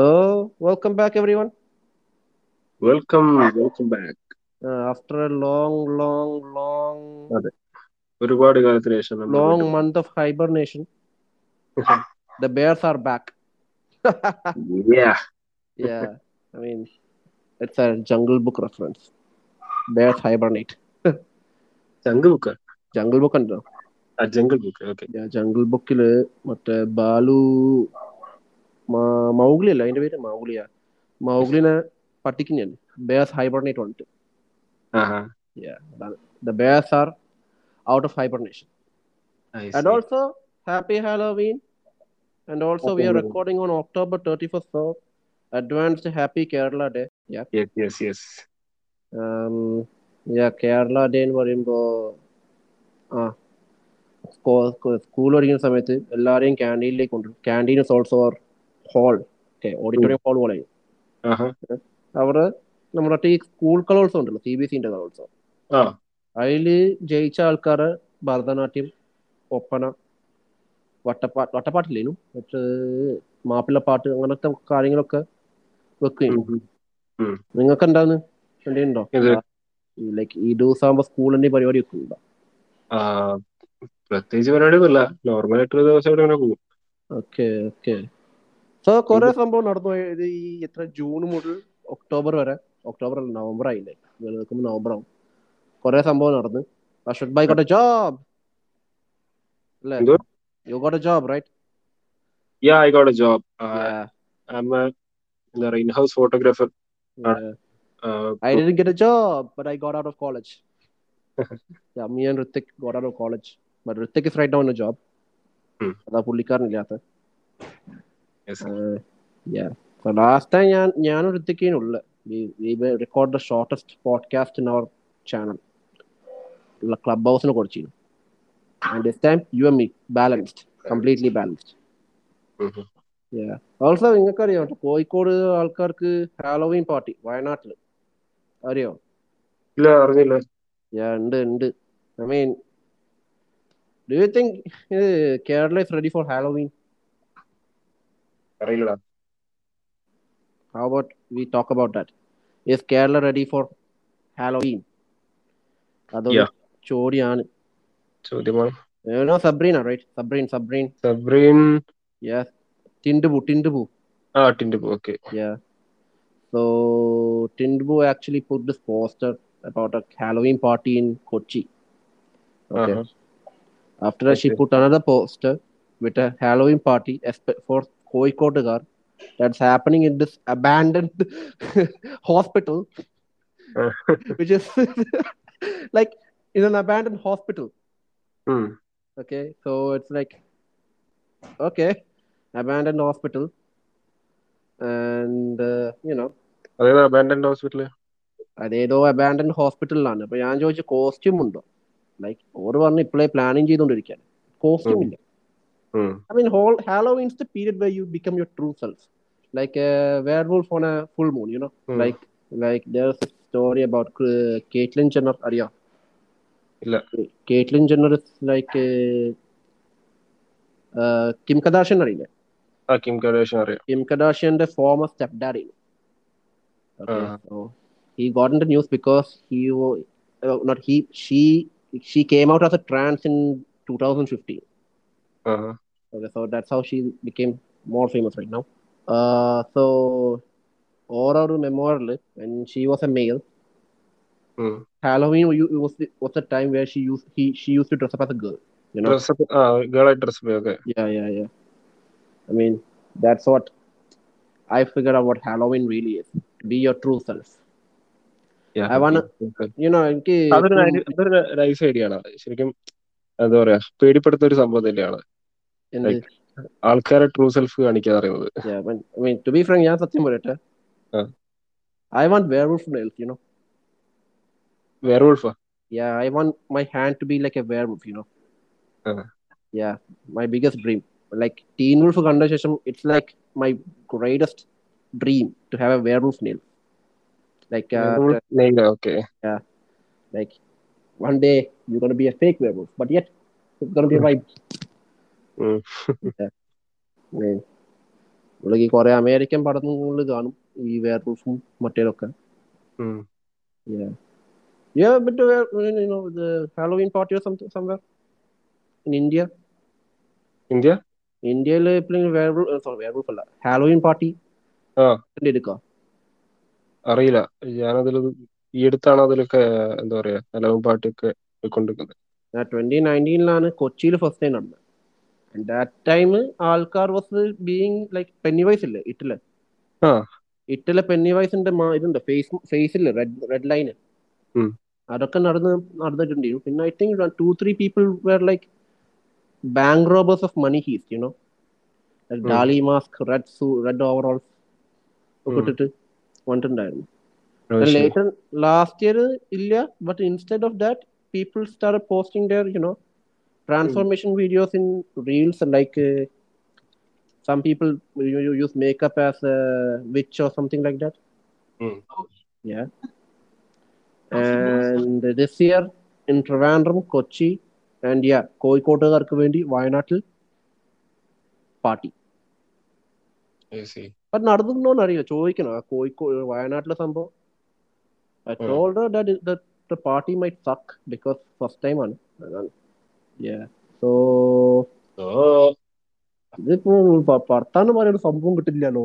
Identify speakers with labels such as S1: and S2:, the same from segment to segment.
S1: So, welcome back, everyone.
S2: Welcome welcome back
S1: Uh, after a long, long, long,
S2: അതെ ഒരുപാട് കാലത്തിന് ശേഷം നമ്മൾ
S1: long
S2: വീണ്ടും
S1: month of hibernation, the Bears are back.
S2: Yeah.
S1: Yeah, I mean, it's a Jungle Book reference. Bears hibernate.
S2: Jungle Book
S1: Jungle Book ഉണ്ടോ
S2: ആ Jungle Book okay
S1: jungle ബുക്കില് മറ്റേ ബാലു മാ- മൗഗ്ലി അല്ല അതിന്റെ പേര് മൗഗ്ലിയാ മൗഗ്ലിനെ പട്ടിക്കുന്നതാണ് ബേസ് ഹൈബർണേറ്റ് വന്നിട്ട്
S2: ആഹാ
S1: Yeah, അതാണ് the bears are out of hibernation
S2: I
S1: And
S2: see.
S1: also, happy Halloween. And also,
S2: Happy
S1: we are
S2: Halloween.
S1: recording on October 31st, so advanced happy Kerala Day. Yeah.
S2: Yes, yes, yes.
S1: Um, yeah, Kerala Day എന്ന് പറയുമ്പോൾ ആ school പഠിക്കുന്ന സമയത്ത് എല്ലാവരെയും ക്യാൻറ്റീനിലേക്ക് കൊണ്ടുവരും canteen is also our hall okay auditorium hall പോലെ
S2: ആഹാ
S1: അവിടെ നമ്മുടെ ഈ സ്കൂൾ കലോത്സവം ഉണ്ടല്ലോ സി ബി സിൻ്റെ കലോത്സവം
S2: ആ
S1: അതിൽ ജയിച്ച ആൾക്കാർ ഭരതനാട്യം ഒപ്പന വട്ടപ്പാട്ട് വട്ടപ്പാട്ടില്ലേനു മറ്റേ മാപ്പിളപ്പാട്ട് അങ്ങനത്തെ കാര്യങ്ങളൊക്കെ വെക്കുകയും
S2: ഉം, ഉം. ഉം.
S1: നിങ്ങൾക്ക് എന്താന്ന് കണ്ടിട്ടുണ്ടോ
S2: ഇത്
S1: ലൈക്ക് ഈ ദിവസമാകുമ്പോ സ്കൂളിന്റെ പരിപാടി ഒക്കെ ഉണ്ടോ
S2: ആ, Uh, പ്രത്യേകിച്ച് പരിപാടിയൊന്നുമില്ല നോർമൽ ആയിട്ട് ഒരു ദിവസം ഇവിടെ അങ്ങനെ പോകും
S1: ഓക്കെ ഓക്കെ സോ കുറെ സംഭവം നടന്നു ഇത് ഈ എത്ര ജൂൺ മുതൽ ഒക്ടോബർ വരെ ഒക്ടോബർ അല്ല നവംബർ ആയില്ലേ നിങ്ങൾ നിൽക്കുമ്പോൾ നവംബർ ആവും കുറെ സംഭവം നടന്നു Ashwath by got a job അല്ലേ
S2: എന്തോ
S1: you got a job right
S2: yeah I got a job Uh, എന്താ പറയുക Uh, in house photographer
S1: I did get a job but I got out of college Yeah, me and Ritik got out of college. But Ritik is right now on a job.
S2: Hmm.
S1: അതാ പുള്ളിക്കാരനില്ലാത്ത
S2: Yes.
S1: Last time ഞാൻ ഞാനും ഋത്തിക്കേനുള്ള record the shortest podcast in our channel ഉള്ള ക്ലബ് ഹൗസിനെ കുറിച്ചിരുന്നു and this time you um balanced completely balanced also നിങ്ങൾക്കറിയാം കേട്ടോ, കോഴിക്കോട് ആൾക്കാർക്ക് ഹാലോവീൻ പാർട്ടി വയനാട്ടിൽ അറിയോ
S2: ഇല്ല അറിഞ്ഞില്ല
S1: Yeah, ഉണ്ട് ഉണ്ട് I mean do you think Kerala is ready for Halloween
S2: അറിയില്ലടാ
S1: How about we talk about that? Is Kerala ready for Halloween? അതൊരു
S2: Yeah.
S1: ചോദ്യമാണ്
S2: ചോദ്യമാണ്
S1: ഏനോ Sabrina right Sabreen Sabreen
S2: Sabreen
S1: yes ടിൻഡുബു ടിൻഡുബു
S2: ആ ടിൻഡ് പോ ഓക്കെ
S1: യാ സോ ടിൻഡുബു actually put this poster about a Halloween party in Kochi okay
S2: ആഹാ
S1: after she
S2: Okay.
S1: Put another poster with a Halloween party for കോഴിക്കോട്ടുകാർ that's happening in this abandoned hospital
S2: Uh.
S1: which is like in an abandoned hospital.
S2: ഉം
S1: Okay, so it's like okay, abandoned hospital, and uh, you know,
S2: അതായത് abandoned hospital
S1: അതേതോ abandoned ഹോസ്പിറ്റലിലാണ് അപ്പൊ ഞാൻ ചോദിച്ചു costume ഉണ്ടോ like or പറഞ്ഞു ഇപ്പോഴേ പ്ലാനിങ് ചെയ്തുകൊണ്ടിരിക്കാൻ കോസ്റ്റ്യൂം
S2: ഉം.
S1: ഇല്ല
S2: ഉം
S1: I mean whole Halloween's the period way you become your true self like werewolf on a full moon you know
S2: ഉം.
S1: Like like there story about Caitlyn Jenner അറിയാം
S2: ഇല്ല
S1: Caitlyn Jenner is like Kim Kardashian അറിയില്ല
S2: ആ Kim Kardashian അറിയാം
S1: Kim കഡാഷ്യന്റെ former step daddy
S2: Ah.
S1: He got in the news because he not he she she came out as a trans in two thousand fifteen
S2: ആഹാ
S1: okay so that's how she became more famous right now so ഓരോ ഒരു memorial she was a male
S2: um
S1: Halloween was a time where she use she use to dress up as a girl you know
S2: dress up ആ ഗേളായിട്ട് dress up okay
S1: yeah yeah yeah I mean that's what I figure out Halloween really is be your true self I wanna- you know എനിക്ക്
S2: അതൊരു നൈ- അതൊരു nice idea ആണ് ശരിക്കും എന്താ പറയാ പേടിപ്പെടുത്തുന്ന ഒരു സംഭവം തന്നെയാണ്
S1: എന്ത്
S2: ആൾക്കാരെ ട്രൂ സെൽഫ് കാണിക്കാൻ അറിയുന്നത്
S1: Yeah, but I mean, to be frank, ഞാൻ സത്യം പറയട്ടെ
S2: ആ.
S1: I want werewolf nails, you know.
S2: വേറെ ഉൾഫാ
S1: Yeah, I want my hand to be like a werewolf, you know.
S2: ആ.
S1: Yeah, my biggest dream. Like Teen Wolf കണ്ട ശേഷം it's like my greatest dream to have a werewolf nail. Like uh,
S2: okay
S1: like one day you're gonna be a fake werewolf, but yet it's gonna be a vibe.
S2: ഉം.
S1: Yeah. I mean, നമ്മള് ഈ കുറെ American പടങ്ങളിൽ കാണും ഈ വേർവൂഫും മറ്റേതൊക്കെ
S2: ഉം.
S1: Yeah, but uh, you know, the Halloween party or something somewhere in India.
S2: India
S1: ഇന്ത്യയിൽ എപ്പോഴെങ്കിലും വേർവൂൾ സോറി വേർവൂഫ് uh, അല്ല ഹാലോവിൻ പാർട്ടി
S2: ആ.
S1: എടുക്കുക
S2: അറിയില്ല ഞാനതിൽ ഈ അടുത്താണ് അതിലൊക്കെ എന്താ പറയാ അലവും പാട്ടൊക്കെ പോയിക്കൊണ്ടിരിക്കുന്നത്
S1: ട്വന്റി നയൻറ്റീനിലാണ് കൊച്ചിയിൽ ഫസ്റ്റ് ടൈം നടന്നത് ആൻഡ് ദാറ്റ് ടൈം ആൾക്കാർ was being like Pennywise ഇല്ലേ ഇറ്റല്
S2: ആ.
S1: ഇറ്റലെ പെന്നി വൈസിന്റെ ഇതുണ്ട് ഫേസ് ഫേസിൽ റെഡ് റെഡ് ലൈന്
S2: ഉം.
S1: അതൊക്കെ നടന്ന് നടന്നിട്ടുണ്ട് പിന്നെ I think two three people were like bank robbers of Money Heist you know
S2: ഉം.
S1: Dali mask red suit red overall ഒക്കെ
S2: ഉം.
S1: ഇട്ടിട്ട് വന്നിട്ടുണ്ടായിരുന്നു ലേറ്റർ ലാസ്റ്റ് ഇയർ ഇല്ല but instead of that people start posting their you know transformation videos in reels like some people use makeup as witch or something like that
S2: Mm.
S1: Yeah. And this year in Trivandrum, Kochi, and yeah, കോഴിക്കോട്ടുകാർക്ക് വേണ്ടി വയനാട്ടിൽ party അത് നടന്നിട്ടുണ്ടോന്ന് അറിയില്ല ചോദിക്കണം ആ കോഴിക്കോട് വയനാട്ടിലെ സംഭവം I
S2: um.
S1: Told the party my suck because first time ആണ് അതാണ് സോ ഇതിപ്പോ പ- പർത്താന്ന് പറയുന്ന ഒരു സംഭവം കിട്ടില്ലല്ലോ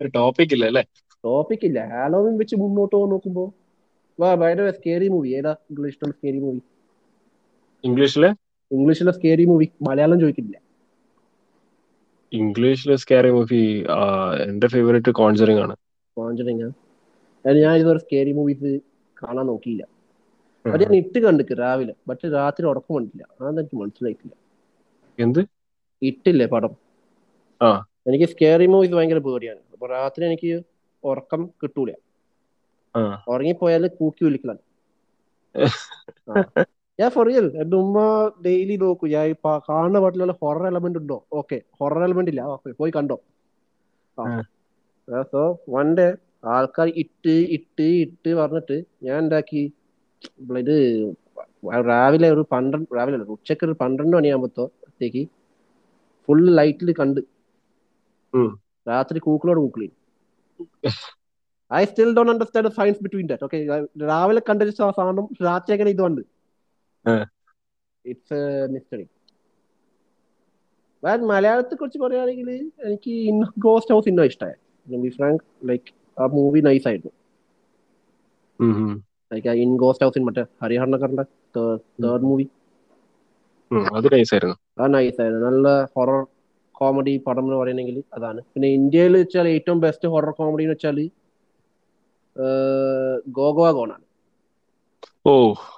S2: ഒരു ടോപ്പിക് ഇല്ല അല്ലേ
S1: ടോപ്പിക് ഇല്ല ഹാലോവിൻ വെച്ച് മുന്നോട്ട് പോകാൻ നോക്കുമ്പോ വാ ഭയങ്കര സ്കേറി മൂവി ഏതാ ഇംഗ്ലീഷിലുള്ള സ്കേറി മൂവി
S2: ഇംഗ്ലീഷില്
S1: ഇംഗ്ലീഷിലെ സ്കേറി മൂവി മലയാളം ചോദിക്കില്ല
S2: ഇംഗ്ലീഷിലെ സ്കാരി മൂവി എന്റെ ഫേവറേറ്റ് കോൺസറിങ് ആണ്
S1: കോഞ്ചറിങ് ഞാൻ ഇതുവരെ സ്കേറി മൂവീസ് കാണാൻ നോക്കിയില്ല അത് ഞാൻ ഇട്ട് കണ്ടിക്ക് രാവിലെ പക്ഷെ രാത്രി ഉറക്കം കണ്ടില്ല അതെനിക്ക് മനസ്സിലായിട്ടില്ല
S2: എന്ത്
S1: ഇട്ടില്ലേ പടം
S2: ആ.
S1: എനിക്ക് സ്കേറി മൂവീസ് ഭയങ്കര പേടിയാണ് അപ്പൊ രാത്രി എനിക്ക് ഉറക്കം കിട്ടൂല
S2: ആ.
S1: ഉറങ്ങിപ്പോയാല് കൂക്കി വിളിക്കലാണ് ഞാൻ ഫോർ റിയൽ എന്റെ ഉമ്മ ഡെയിലി നോക്കും ഞാൻ ഈ പാ- കാണുന്ന പാട്ടിലുള്ള ഹൊറർ എലമെന്റ് ഉണ്ടോ ഓക്കെ ഹൊറർ എലമെന്റ് ഇല്ല ഓക്കെ പോയി കണ്ടോ
S2: ആ.
S1: സോ വൺ ഡേ ആൾക്കാർ ഇട്ട് ഇട്ട് ഇട്ട് പറഞ്ഞിട്ട് ഞാൻ എന്താക്കി ഇത് രാവിലെ ഒരു പന്ത്രണ്ട് രാവിലെ അല്ല, ഉച്ചക്ക് ഒരു പന്ത്രണ്ട് മണിയാകുമ്പോഴത്തേക്ക് ഫുൾ ലൈറ്റിൽ കണ്ട്
S2: ഉം.
S1: രാത്രി കൂക്കിലോട് കൂക്കിളി I still don't understand science between that okay രാവിലെ കണ്ടൊരു സാ- സാധനം രാത്രി എങ്ങനെ ഇതുണ്ട്
S2: ആ.
S1: ഇറ്റ്സ് മിസ്റ്ററി ഞാൻ മലയാളത്തെ കുറിച്ച് പറയുകയാണെങ്കിൽ എനിക്ക് ഇൻ ഗോസ്റ്റ് ഹൗസ് ഇന്നോ ഇഷ്ടമായി ഫ്രാങ്ക് ലൈക്ക് ആ മൂവി നൈസ് ആയിരുന്നു
S2: ഉം, ഉം.
S1: ലൈക്ക് ഇൻ ഗോസ്റ്റ് ഹൗസിൻ മറ്റേ ഹരിഹർണക്കറിന്റെ തേർഡ് മൂവി
S2: ഉം, അത് നൈസ് ആയിരുന്നു
S1: അത് നൈസായിരുന്നു നല്ല ഹൊറർ കോമഡി പടം എന്ന് പറയണമെങ്കിൽ അതാണ് പിന്നെ ഇന്ത്യയിൽ വെച്ചാൽ ഏറ്റവും ബെസ്റ്റ് ഹൊറർ കോമഡി എന്ന് വെച്ചാൽ ഗോഗോവ ഗോണാണ്
S2: ഓ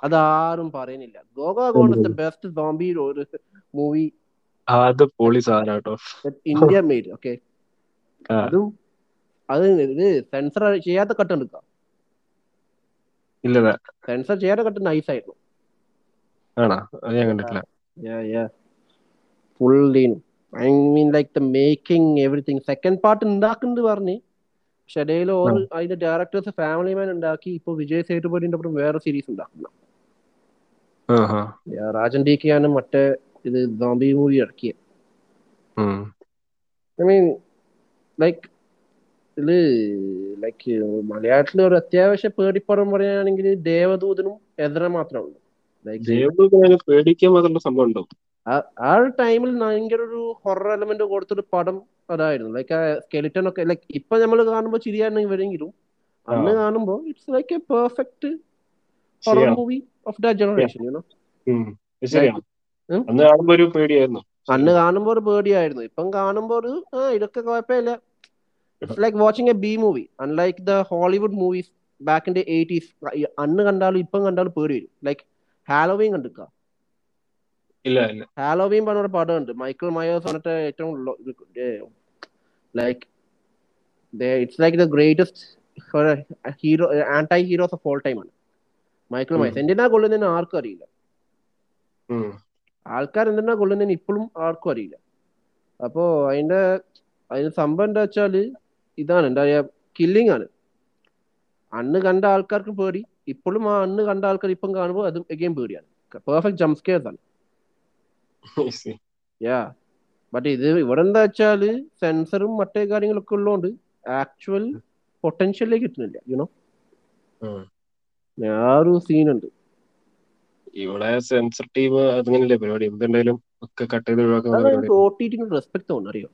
S1: അത് ആരും പറയുന്നില്ല ഗോഗോവ gone is the best zombie ഒരു മൂവി
S2: അത് പൊളി സാധനം കേട്ടോ
S1: ഇന്ത്യ മെയ്ഡ് ഓക്കെ
S2: ആ.
S1: അതും അത് ഇത് സെൻസർ ചെയ്യാത്ത കട്ട് എടുക്കാം
S2: ഇല്ലതാ
S1: സെൻസർ ചെയ്യാത്ത കട്ട് നൈസായിരുന്നു
S2: ആണോ അത് ഞാൻ കണ്ടിട്ടില്ല
S1: ഫുൾ ലീനും I mean like the making everything second part ഉണ്ടാക്കുന്നുണ്ട് പറഞ്ഞ് പക്ഷെ ഇടയിൽ ഓർ അതിന്റെ ഡയറക്ടേഴ്സ് ഫാമിലി മാൻ ഉണ്ടാക്കി ഇപ്പൊ വിജയ് സേതുപതിന്റെ അപ്പുറം വേറെ സീരീസ് ഉണ്ടാക്കുന്നു
S2: ആ ഹാ
S1: Yeah, രാജൻ ടി കെയാണ് മറ്റേ ഇത് zombie മൂവി ഇറക്കിയത്
S2: ഉം.
S1: ഐ മീൻ ലൈക്ക് ഇതില് ലൈക്ക് മലയാളത്തിൽ ഒരു അത്യാവശ്യ പേടിപ്പടം പറയുകയാണെങ്കിൽ ദേവദൂതനും എതിര മാത്രമേ ഉള്ളൂ ലൈക്ക്
S2: ദേവദൂതൻ അങ്ങനെ പേടിക്കാൻ മാത്രമുള്ള സംഭവം ഉണ്ടോ
S1: ആ ഒരു ടൈമിൽ ഭയങ്കര ഒരു ഹൊറർ എലമെന്റ് കൊടുത്തൊരു പടം അതായിരുന്നു ലൈക്ക് ആ സ്കെലിറ്റൺ ഒക്കെ ലൈക്ക് ഇപ്പൊ നമ്മൾ കാണുമ്പോൾ ചിരിയാണെങ്കിൽ വരെങ്കിലും അന്ന്
S2: ആ.
S1: കാണുമ്പോൾ it's like a perfect horror
S2: ശരിയാണ്
S1: movie of the generation you know
S2: ഉം. ഇത് ശരിയാണ്
S1: ഉം.
S2: അന്ന് കാണുമ്പോ ഒരു പേടിയായിരുന്നു
S1: അന്ന് കാണുമ്പോൾ ഒരു പേടിയായിരുന്നു ഇപ്പം കാണുമ്പോൾ ഒരു ആ ഇതൊക്കെ കുഴപ്പമില്ല it's like watching a B movie unlike the Hollywood movies back in the eighties അന്ന് കണ്ടാലും ഇപ്പം കണ്ടാലും പേടി വരും ലൈക്ക് ഹാലോവീൻ കണ്ടിക്ക
S2: ഇല്ല ഇല്ല
S1: ഹാലോവീൻ പറഞ്ഞ പടം ഉണ്ട് മൈക്കിൾ മയേഴ്സ് പറഞ്ഞിട്ട് ഏറ്റവും like it's like the greatest hero anti heroes of all time ആണ് മൈക്കിൾ
S2: ഉം.
S1: മയേഴ്സ് എന്തിനാ കൊള്ളുന്നതിന് ആർക്കും അറിയില്ല
S2: ഉം.
S1: ആൾക്കാർ എന്തിനാ കൊല്ലുന്നതിന് ഇപ്പോഴും ആർക്കും അറിയില്ല അപ്പോ അതിന്റെ അതിന് സംഭവം എന്താ വെച്ചാല് ഇതാണ് എന്താ പറയാ കില്ലിംഗ് ആണ് അന്ന് കണ്ട ആൾക്കാർക്ക് പേടി ഇപ്പോഴും ആ അന്ന് കണ്ട ആൾക്കാർ ഇപ്പം കാണുമ്പോൾ അതും എഗെയിം പേടിയാണ് പെർഫെക്റ്റ് ജംസ്കേഴ്സ് ആണ്
S2: I see.
S1: യാ ബട്ട് ഇത് ഇവിടെ എന്താ വെച്ചാല് സെൻസറും മറ്റേ കാര്യങ്ങളൊക്കെ ഉള്ളതുകൊണ്ട് ആക്ച്വൽ പൊട്ടൻഷ്യലിലേക്ക് എത്തുന്നില്ല യുനോ
S2: ഉം.
S1: ആ ഒരു സീനുണ്ട്
S2: ഇവിടെ സെൻസർ ടീം അതങ്ങനെയല്ലേ പരിപാടി എന്തുണ്ടെങ്കിലും ഒക്കെ കട്ട് ചെയ്ത് ഒഴിവാക്കുന്ന
S1: അതാണ്
S2: പരിപാടി
S1: എനിക്ക് ഒ ടി ടിന് റെസ്പെക്ട് തോന്നുന്നു അറിയോ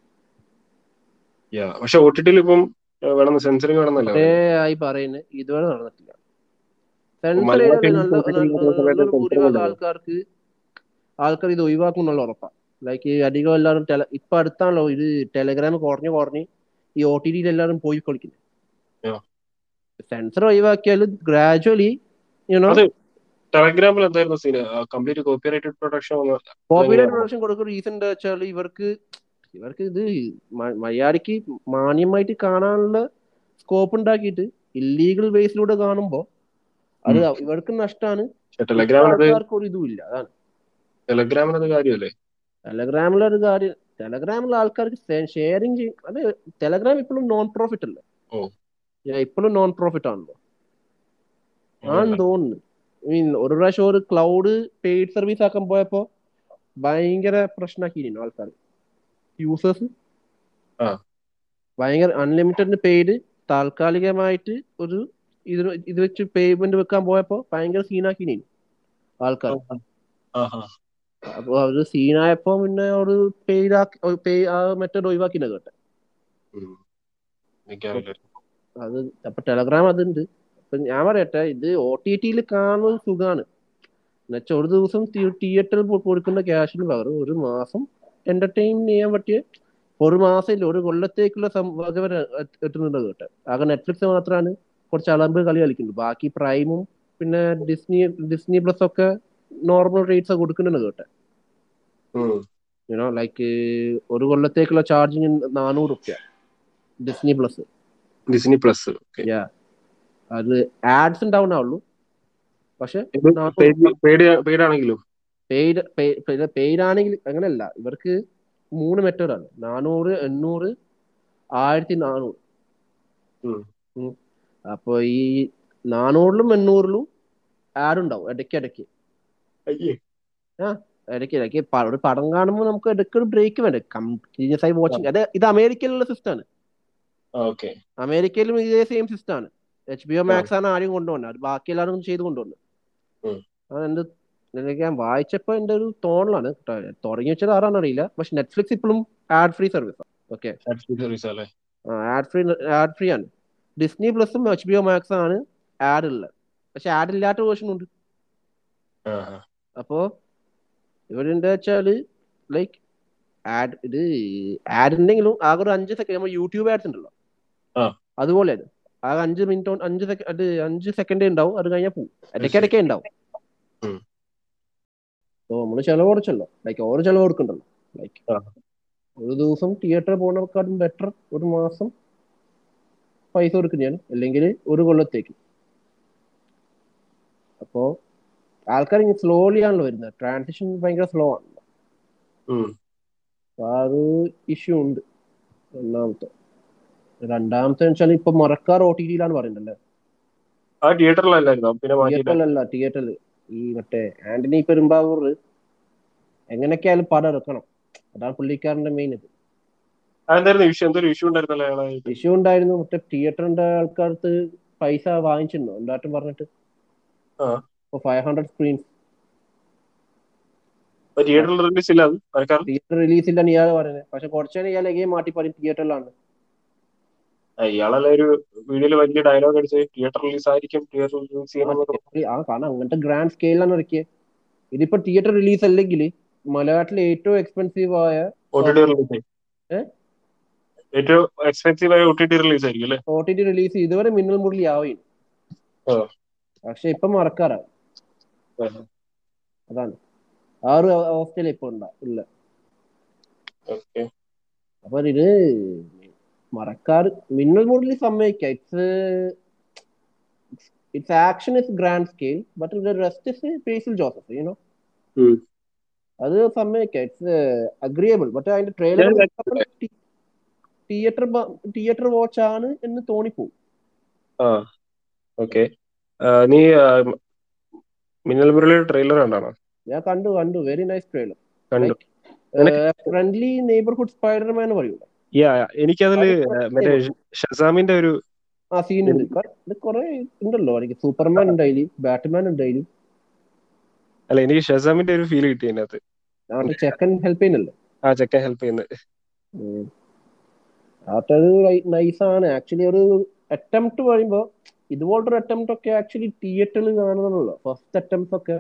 S2: Yeah. പക്ഷെ ഒ ടി ടിയിൽ ഇപ്പം ഏഹ്, വേണമെന്ന് സെൻസറിങ് വേണമെന്നല്ല
S1: മറ്റേ ആയി പറയുന്നത് ഇതുവരെ നടന്നിട്ടില്ല സെൻസർ
S2: മലയാള
S1: ചെയ്യണത്
S2: സിനിമ
S1: നല്ല-
S2: തൊട്ടൊക്കെ
S1: നല്ല-
S2: ഉള്ള സമയത്ത്
S1: നല്ലൊരു ഭൂരിഭാഗം
S2: ഉണ്ടാവും.
S1: ആൾക്കാർക്ക് ആൾക്കാർ ഇത് ഒഴിവാക്കും എന്നുള്ള ഉറപ്പാണ് ലൈക്ക് ഈ അധികം എല്ലാവരും ടെല ഇപ്പൊ അടുത്താണല്ലോ ഇത് ടെലഗ്രാം കുറഞ്ഞു കുറഞ്ഞ് ഈ ഒ ടി ടിയിൽ എല്ലാവരും പോയി കളിക്കുന്നത്
S2: ആ.
S1: സെൻസർ ഒഴിവാക്കിയാൽ ഗ്രാജുവലി യുനോ
S2: അത് ടെലഗ്രാമിൽ എന്തായിരുന്നു scene complete copyrighted production വന്ന
S1: കോപ്പിറൈറ്റ്
S2: അതെങ്ങനെയാണ്?
S1: പ്രൊഡക്ഷൻ കൊടുക്കുന്ന റീസൺ എന്താ വെച്ചാൽ ഇവർക്ക് ഇവർക്ക് ഇത് മ- മലയാളിക്ക് മാന്യമായിട്ട് കാണാനുള്ള സ്കോപ്പ് ഉണ്ടാക്കിയിട്ട് ഇല്ലീഗൽ വേസിലൂടെ കാണുമ്പോൾ അത് ഇവർക്ക് നഷ്ടമാണ്
S2: പക്ഷെ ടെലഗ്രാമിനത്
S1: ആൾക്കാർക്ക് ഒരു ഇതും ഇല്ല അതാണ്
S2: ടെലഗ്രാമിനത് കാര്യമല്ലേ
S1: ടെലഗ്രാമിലെ ഒരു കാര്യം ടെലഗ്രാമിലെ ആൾക്കാർക്ക് ഷെയറിങ് ചെയ്യും അത് ടെലഗ്രാം ഇപ്പോഴും നോൺ പ്രോഫിറ്റ് അല്ലേ
S2: ഓ.
S1: ഇപ്പോഴും നോൺ പ്രോഫിറ്റ് ആണല്ലോ ആണെന്ന് തോന്നുന്നു മീൻ ഒരു പ്രാവശ്യം ഒരു ക്ലൗഡ് പെയ്ഡ് സർവീസ് ആക്കാൻ പോയപ്പോ ഭയങ്കര പ്രശ്നമാക്കിയിരുന്നു ആൾക്കാർ യൂസേഴ്സ്
S2: ആ.
S1: ഭയങ്കര അൺലിമിറ്റഡിന് പെയ്ഡ് താൽക്കാലികമായിട്ട് ഒരു ഇത് ഇത് വെച്ച് പേയ്മെന്റ് വെക്കാൻ പോയപ്പോ ഭയങ്കര സീനാക്കിനി ആൾക്കാർ
S2: ആഹാ.
S1: അപ്പൊ അവര് സീനായപ്പോ പിന്നെ ഒരു പെയ്ഡ് പേ ആ മെത്തേഡ് ഒഴിവാക്കിനെ കേട്ടെ
S2: ഉം. എനിക്കറിയില്ല
S1: അത് അപ്പൊ ടെലഗ്രാം അതുണ്ട് അപ്പൊ ഞാൻ പറയട്ടെ ഇത് ഒ ടി ടിയിൽ കാണുന്നത് സുഖാണ് എന്നുവെച്ചാൽ ഒരു ദിവസം തിയേറ്ററിൽ കൊടുക്കുന്ന ക്യാഷിന് പകരം ഒരു മാസം എന്റർടൈൻ ചെയ്യാൻ പറ്റിയ ഒരു മാസമില്ല ഒരു കൊല്ലത്തേക്കുള്ള സം- വക വരെ എത്ത- എത്തുന്നുണ്ട് കേട്ടെ ആകെ നെറ്റ്ഫ്ലിക്സ് മാത്രമാണ് കുറച്ച് അളമ്പ് കളി കളിക്കുന്നത് ബാക്കി പ്രൈമും പിന്നെ ഡിസ്നി ഡിസ്നി പ്ലസ് ഒക്കെ നോർമൽ റേറ്റ്സ് കൊടുക്കുന്നുണ്ട് കേട്ടെ
S2: ഉം.
S1: യുനോ ലൈക്ക് ഒരു കൊല്ലത്തേക്കുള്ള ചാർജിങ് നാനൂറ് റുപ്യ Disney plus
S2: Disney plus okay
S1: അത് ആഡ്സ് ഉണ്ടാവുന്നാവുള്ളൂ പക്ഷെ
S2: പേടിയാണെങ്കിലും
S1: പെയ്ഡ് പെയ്ഡ് ആണെങ്കിൽ അങ്ങനെയല്ല ഇവർക്ക് മൂന്ന് മെത്തേഡാണ് നാനൂറ് എണ്ണൂറ് ആയിരത്തി നാനൂറ്
S2: ഉം.
S1: ഉം. അപ്പൊ ഈ നാനൂറിലും എണ്ണൂറിലും ആഡ് ഉണ്ടാവും ഇടയ്ക്ക് ഇടയ്ക്ക് ഇടയ്ക്ക് ഇടയ്ക്ക് പ- ഒരു പടം കാണുമ്പോൾ നമുക്ക് ഇടയ്ക്ക് ഒരു ബ്രേക്ക് വേണ്ടേ കണ്ടിന്യൂസ് ആയി വാച്ചിങ് അത് ഇത് അമേരിക്കയിലുള്ള സിസ്റ്റം
S2: ഓക്കെ
S1: അമേരിക്കയിലും ഇതേ സെയിം സിസ്റ്റം ആണ് എച്ച് ബി ഒ മാക്സ് ആണ് ആദ്യം കൊണ്ടുവന്നത് അത് ബാക്കി എല്ലാവരും ചെയ്ത് കൊണ്ടുവന്നത്
S2: ഉം.
S1: അത് എന്ത് ഇതിലേക്ക് ഞാൻ വായിച്ചപ്പോ എന്റെ ഒരു തോന്നലാണ് കേട്ടോ. തുടങ്ങി വെച്ചത് ആരാണെന്ന് അറിയില്ല പക്ഷെ നെറ്റ്ഫ്ലിക്സ് ഇപ്പോഴും ആഡ് ഫ്രീ സർവീസ് ഓക്കെ
S2: അല്ലേ
S1: ആഡ് ഫ്രീ ആഡ് ഫ്രീ ആണ് ഡിസ്നി പ്ലസും എച്ച് ബി ഒ മാക്സ് ആണ് ആഡ് ഉള്ളത് പക്ഷെ ആഡ് ഇല്ലാത്ത വേർഷൻ ഉണ്ട്
S2: ആഹാ.
S1: അപ്പോ ഇവരെന്താ വെച്ചാല് ലൈക്ക് ആഡ് ഇത് ആഡ് ഉണ്ടെങ്കിലും ആകെ ഒരു അഞ്ച് സെക്കൻഡ് നമ്മൾ യൂട്യൂബ് ആഡ്സ് ഉണ്ടല്ലോ
S2: ആ.
S1: അതുപോലെയാണ് ആകെ അഞ്ച് മിനിറ്റ് അഞ്ച് സെക്കൻഡ് അത് അഞ്ച് സെക്കൻഡേ ഉണ്ടാവും അത് കഴിഞ്ഞാൽ പോകും ഇടയ്ക്കിടയ്ക്കേ ഉണ്ടാവും
S2: ഉം.
S1: ഓ നമ്മള് ചെലവ് കുറച്ചല്ലോ ലൈക്ക് ഓരോ ചെലവ് കൊടുക്കണ്ടല്ലോ ലൈക്ക്
S2: ആ.
S1: ഒരു ദിവസം തിയേറ്ററിൽ പോകുന്നതിനെക്കാട്ടും ബെറ്റർ ഒരു മാസം പൈസ കൊടുക്കുന്നതാണ് അല്ലെങ്കിൽ ഒരു കൊല്ലത്തേക്ക് അപ്പോ ആൾക്കാർ ഇങ്ങനെ സ്ലോലി ആണല്ലോ വരുന്നത് ട്രാൻസിഷൻ ഭയങ്കര സ്ലോ ആണ്
S2: ഉം.
S1: അപ്പൊ ആ ഒരു ഇഷ്യൂ ഉണ്ട് ഒന്നാമത്തെ രണ്ടാമത്തെ വെച്ചാൽ ഇപ്പൊ മറക്കാർ ഒ ടി ടിയിലാണ് പറയുന്നത്
S2: ആ തിയേറ്ററിലല്ലായിരുന്നു പിന്നെ മാറ്റിയിട്ട്
S1: തിയേറ്ററിലല്ല തിയേറ്ററിൽ ഈ മറ്റേ ആന്റണി പെരുമ്പാവൂർ എങ്ങനെയൊക്കെയായാലും പടം ഇറക്കണം അതാണ് പുള്ളിക്കാരന്റെ മെയിൻ ഇത്
S2: അതെന്തായിരുന്നു ഇഷ്യൂ എന്തൊരു ഇഷ്യൂ ഉണ്ടായിരുന്നല്ലോ അയാളെ
S1: ഇഷ്യൂ ഉണ്ടായിരുന്നു മറ്റേ തിയേറ്ററിന്റെ ആൾക്കാർക്ക് പൈസ വാങ്ങിച്ചിരുന്നു എന്തായിട്ടും പറഞ്ഞിട്ട്
S2: ആ.
S1: ഇപ്പൊ ഫൈവ് ഹൺഡ്രഡ് സ്ക്രീൻസ്
S2: തിയേറ്ററിൽ റിലീസ് ഇല്ല അത് മരക്കാർ
S1: തിയേറ്റർ റിലീസ് ഇല്ലെന്ന് ഇയാൾ പറയുന്നത് പക്ഷെ കുറച്ചേരം ഇയാൾ എഗെയിം മാറ്റി പറയും തിയേറ്ററിലാണ്
S2: ഇയാളല്ല ഒരു വീഡിയോയിൽ വലിയ ഡയലോഗ് അടിച്ച് തിയേറ്റർ റിലീസ് ആയിരിക്കും തിയേറ്റർ റിലീസ് ചെയ്യണം എന്നൊക്കെ പറഞ്ഞു.
S1: ആ കാരണം അങ്ങനത്തെ ഗ്രാൻഡ് സ്കെയിലാണ് ഇറക്കിയത് ഇതിപ്പോ തിയേറ്റർ റിലീസ് അല്ലെങ്കിൽ മലയാളത്തിലെ ഏറ്റവും എക്സ്പെൻസീവ് ആയ
S2: OTT release ആയി.
S1: ഏ?
S2: ഏറ്റവും എക്സ്പെൻസീവ് ആയ ഒ ടി ടി റിലീസ് ആയിരിക്കും അല്ലേ
S1: ഒ ടി ടി റിലീസ് ഇതുവരെ മിന്നൽ മുരളി ആവുകയും
S2: ആ.
S1: പക്ഷെ ഇപ്പൊ മറക്കാറാണ്
S2: ആഹാ.
S1: അതാണ് ആ ഒരു അവസ്ഥയിൽ ഇപ്പൊ ഉണ്ടാ ഇല്ല
S2: ഓക്കെ
S1: അപ്പൊ ഇത് മറക്കാറ് മിന്നൽ മുരളി സമ്മതിക്കാം it's it's action is grand scale but rest is പേസിൽ ജോസഫ് യുനോ
S2: ഉം.
S1: അത് സമ്മതിക്കാം ഇറ്റ്സ് അഗ്രിയബിൾ ബട്ട് അതിന്റെ ട്രെയിലർ
S2: ഞാൻ
S1: തിയേറ്റർ തിയേറ്റർ വാച്ച് ആണ് എന്ന് തോന്നിപ്പോവും
S2: ആ ഓക്കെ നീ ആ, മിന്നൽ മുരളിയുടെ ട്രെയിലർ കണ്ടാണോ
S1: ഞാൻ കണ്ടു കണ്ടു വെരി നൈസ് ട്രെയിലർ
S2: കണ്ടു
S1: ഫ്രണ്ട്ലി നെയ്ബർഹുഡ് സ്പൈഡർമാൻ പറയൂല
S2: യാ എനിക്കതില് മറ്റേ ഷസാമിന്റെ ഒരു
S1: ആ സീൻ ഉണ്ട് കാരണം ഇത് കുറെ ഉണ്ടല്ലോ എനിക്ക് സൂപ്പർമാൻ ഉണ്ട് അതില് ബാറ്റ്മാൻ ഉണ്ട് അതില്
S2: അല്ല എനിക്ക് ഷസാമിന്റെ ഒരു ഫീൽ കിട്ടി അതിനകത്ത്
S1: അവരുടെ ചെക്കൻ ഹെൽപ്പ് ചെയ്യുന്നല്ലോ
S2: ആ ചെക്കൻ ഹെൽപ്പ് ചെയ്യുന്നത്
S1: അതത് നൈസാണ് ആക്ച്വലി ഒരു അറ്റംപ്റ്റ് പറയുമ്പോ ഇതുപോലത്തെ ഒരു അറ്റംപ്റ്റ് ഒക്കെ ആക്ച്വലി തിയേറ്ററിൽ കാണുന്നുള്ളൂ ഫസ്റ്റ് അറ്റംപ്റ്റ് ഒക്കെ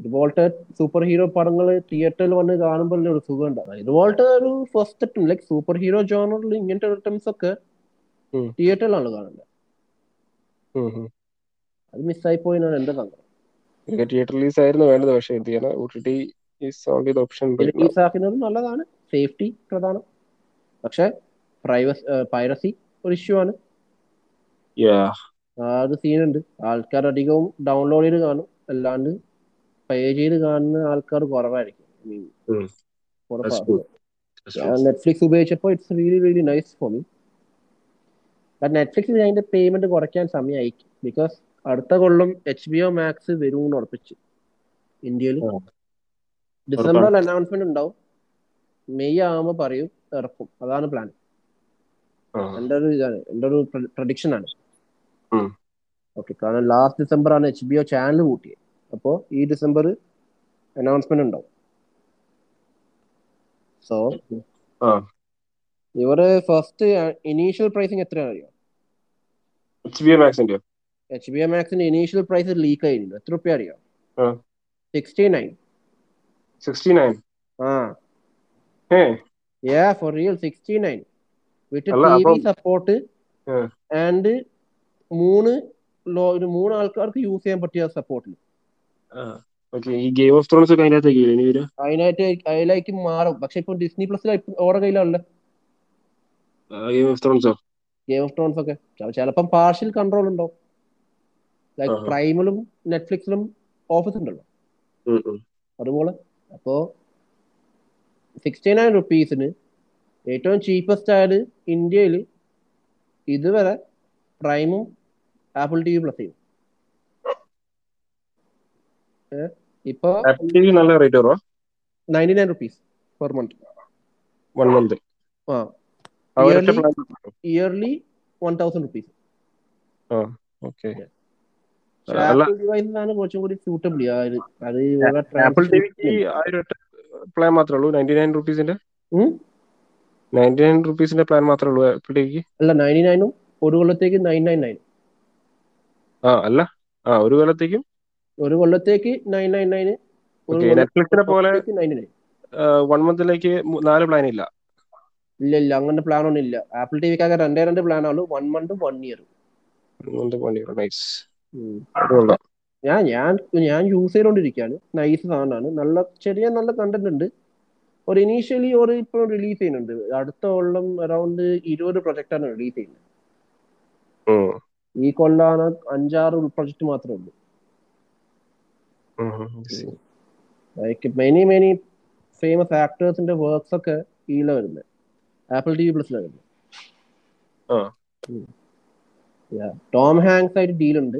S1: ഇതുപോലത്തെ സൂപ്പർ ഹീറോ പടങ്ങൾ തിയേറ്ററിൽ വന്ന് കാണുമ്പോൾ ഒരു സുഖം ഉണ്ടാവും ഇതുപോലത്തെ ഒരു first attempt like super hero ജോണറിൽ ഇങ്ങനത്തെ അറ്റംസ് ഒക്കെ
S2: ഉം.
S1: തിയേറ്ററിലാണ് കാണുന്നത് അത് മിസ്സായി പോയി എന്നാണ് എന്റെ സങ്കടം
S2: തിയേറ്റർ റിലീസ് ആയിരുന്നു വേണ്ടത് പക്ഷെ എന്ത് ചെയ്യണം O T T is only option
S1: release ആക്കുന്നത് നല്ലതാണ് സേഫ്റ്റി പ്രധാനം പക്ഷെ പ്രൈവസ് പൈറസി ഒരു ഇഷ്യൂ ആണ്
S2: യാ
S1: ആ ഒരു സീനുണ്ട് ആൾക്കാർ അധികവും ഡൗൺലോഡ് ചെയ്ത് കാണും അല്ലാണ്ട് പേ ചെയ്ത് കാണുന്ന ആൾക്കാർ കുറവായിരിക്കും I mean,
S2: ഉം.
S1: കുറവാ.
S2: That's good.
S1: ഞാൻ നെറ്റ്ഫ്ലിക്സ് ഉപയോഗിച്ചപ്പോൾ it's really really nice for me but നെറ്റ്ഫ്ലിക്സിൽ അതിന്റെ പേയ്മെന്റ് കുറയ്ക്കാൻ സമയമായിരിക്കും ബിക്കോസ് അടുത്ത കൊല്ലം എച്ച് ബി ഒ മാക്സ് വരും ഉറപ്പിച്ച് ഇന്ത്യയിൽ
S2: ആ.
S1: ഡിസംബറിൽ അനൗൺസ്മെന്റ് ഉണ്ടാവും മെയ് ആകുമ്പോൾ പറയും ഇറക്കും അതാണ് പ്ലാൻ എന്റെ ഒരു ഇതാണ് എന്റെ ഒരു പ്രഡിക്ഷൻ ആണ്
S2: ഉം.
S1: ഓക്കെ കാരണം ലാസ്റ്റ് ഡിസംബർ ആണ് എച്ച് ബി ഒ ചാനൽ കൂട്ടിയത് അപ്പോ ഈ ഡിസംബർ അനൗൺസ്മെന്റ് ഉണ്ടാവും സോ
S2: ആ.
S1: ഇവര് ഫസ്റ്റ് ഇനീഷ്യൽ പ്രൈസിങ് എത്രയാണ് അറിയോ
S2: എച്ച് ബി മാക്സിന്റെ
S1: എച്ച് ബി എം മാക്സിന്റെ ഇനീഷ്യൽ പ്രൈസ് ലീക്ക് ആയിരുന്നു എത്ര റുപ്യ അറിയോ
S2: ആ.
S1: സിക്സ്റ്റി നയൻ
S2: സിക്സ്റ്റി നയൻ
S1: ആ
S2: ഏ
S1: yeah for real sixty nine with
S2: അല്ല,
S1: ടി വി
S2: അപ്പം-
S1: സപ്പോർട്ട്
S2: ആ.
S1: ആൻഡ് മൂന്ന് ലോ ഒരു മൂന്ന് ആൾക്കാർക്ക് യൂസ് ചെയ്യാൻ പറ്റിയ സപ്പോർട്ടിൽ
S2: ഓക്കെ ഈ ഗെയിം ഓഫ് ത്രോൺസ് ഒക്കെ അതിനകത്തേക്ക് ഇനി വരും
S1: അതിനായിട്ട് അതിലേക്ക് മാറും പക്ഷെ ഇപ്പൊ ഡിസ്നി പ്ലസിൽ ഓർഡർ കയ്യിലാണല്ലോ
S2: ഗെയിം ഓഫ് ത്രോൺസോ
S1: ഗെയിം ഓഫ് ട്രോൺസ് ഒക്കെ ച- ചിലപ്പം പാർഷ്യൽ കൺട്രോൾ ഉണ്ടാവും ലൈക്ക്
S2: ആഹാ.
S1: പ്രൈമിലും നെറ്റ്ഫ്ലിക്സിലും ഓഫീസ് ഉണ്ടല്ലോ അതുപോലെ അപ്പോ സിക്സ്റ്റി നയൻ റുപ്പീസിന് ഏറ്റവും ചീപ്പസ്റ്റ് ആയത് ഇന്ത്യയിൽ ഇതുവരെ പ്രൈമും ആപ്പിൾ ടി വി പ്ലസയും ഇപ്പൊ
S2: ആപ്പിൾ ടി വി നല്ല റേറ്റ് കുറവാ
S1: ninety nine rupees per month
S2: one month
S1: ആ
S2: അവരൊക്കെ
S1: Yearly?
S2: Plan
S1: yearly one thousand rupees
S2: okay അല്ല
S1: ആപ്പിൾ ഡിവൈസസ് ആണ് കുറച്ചും കൂടി suitable. ആ ഒരു അത്
S2: ആപ്പിൾ ടി വിക്ക് ആ ഒരു പ്ലാൻ മാത്രമേ ഉള്ളൂ നയൻറ്റി നയൻ റുപ്പീസിന്റെ
S1: ഉം?
S2: നയൻറ്റി നയൻ റുപ്പീസിന്റെ പ്ലാൻ മാത്രമേ ഉള്ളൂ ആപ്പിൾ ടി വിക്ക്
S1: അല്ല നയൻറ്റി നയനും ഒരു കൊല്ലത്തേക്ക് നയൻ നയൻ നയൻ
S2: ആ അല്ല ആ ഒരു കാലത്തേക്കും
S1: ഒരു കൊല്ലത്തേക്ക് നയൻ നയൻ നയൻ ഒരു
S2: ഓക്കെ നെറ്റ്ഫ്ലിക്സിനെ പോലെ
S1: കൊല്ലത്തേക്ക് നയൻറ്റി നയൻ
S2: വൺ മന്തിലേക്ക് നാല് പ്ലാൻ ഇല്ല
S1: ഇല്ല ഇല്ല അങ്ങനെ പ്ലാൻ ഒന്നും ഇല്ല ആപ്പിൾ ടി വിക്കാകെ രണ്ടേ രണ്ട് പ്ലാൻ ആണുള്ളൂ one month one year
S2: month പോണ്ടി നൈസ് അതുകൊള്ളാം
S1: ഞാൻ ഞാൻ ഞാൻ യൂസ് ചെയ്തുകൊണ്ടിരിക്കുകയാണ് നൈസ് സാധനമാണ് നല്ല ചെറിയ നല്ല കണ്ടന്റ് ഉണ്ട് ഒരു ഇനീഷ്യലി ഒരു ഇപ്പോൾ റിലീസ് ചെയ്യുന്നുണ്ട് അടുത്ത കൊല്ലം അറൗണ്ട് ഇരുപത് പ്രൊജക്റ്റാണ് റിലീസ് ചെയ്യുന്നത്
S2: ഉം,
S1: ഈ കൊല്ലാണ് അഞ്ചാറ് പ്രൊജക്ട് മാത്രമേ ഉള്ളൂ
S2: ഉം, ഉം, I see.
S1: Like many many famous ആക്ടേഴ്സിന്റെ വർക്ക്സ് ഒക്കെ ഇതിലെ വരുന്നത് ആപ്പിൾ ടി വി പ്ലസിലെ വരുന്നത്
S2: ആ.
S1: ഉം. Yeah. ടോം ഹാങ്സ് ആയിട്ട് ഡീലുണ്ട്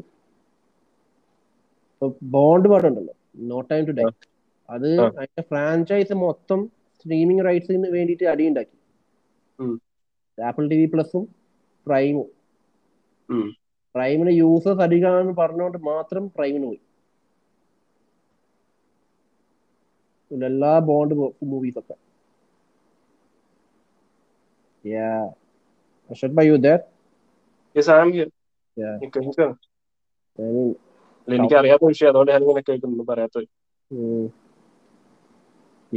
S1: ഇപ്പൊ ബോണ്ട് പാട്ട് ഉണ്ടല്ലോ നോ ടൈം ടു ഡേ അത്
S2: ആ.
S1: അതിന്റെ ഫ്രാഞ്ചൈസ് മൊത്തം സ്ട്രീമിംഗ് റൈറ്റ്സിന് വേണ്ടിയിട്ട് അടിയുണ്ടാക്കി
S2: ഉം.
S1: ആപ്പിൾ ടി വി പ്ലസും പ്രൈമും
S2: ഉം.
S1: പ്രൈമിന് യൂസേഴ്സ് അധികമാണെന്ന് പറഞ്ഞുകൊണ്ട് മാത്രം പ്രൈമിന് പോയി ഇതിലെ എല്ലാ ബോണ്ട് മൂവീസ് ഒക്കെ Yeah. Ashok bhai, you there?
S2: Yes, I am here.
S1: Yeah.
S2: You can hear.
S1: I mean,
S2: അല്ല, എനിക്ക് അറിയാത്ത വിഷയം അതുകൊണ്ട് ഞാൻ ഇങ്ങനെ കേൾക്കുന്നു പറയാത്ത
S1: ഉം.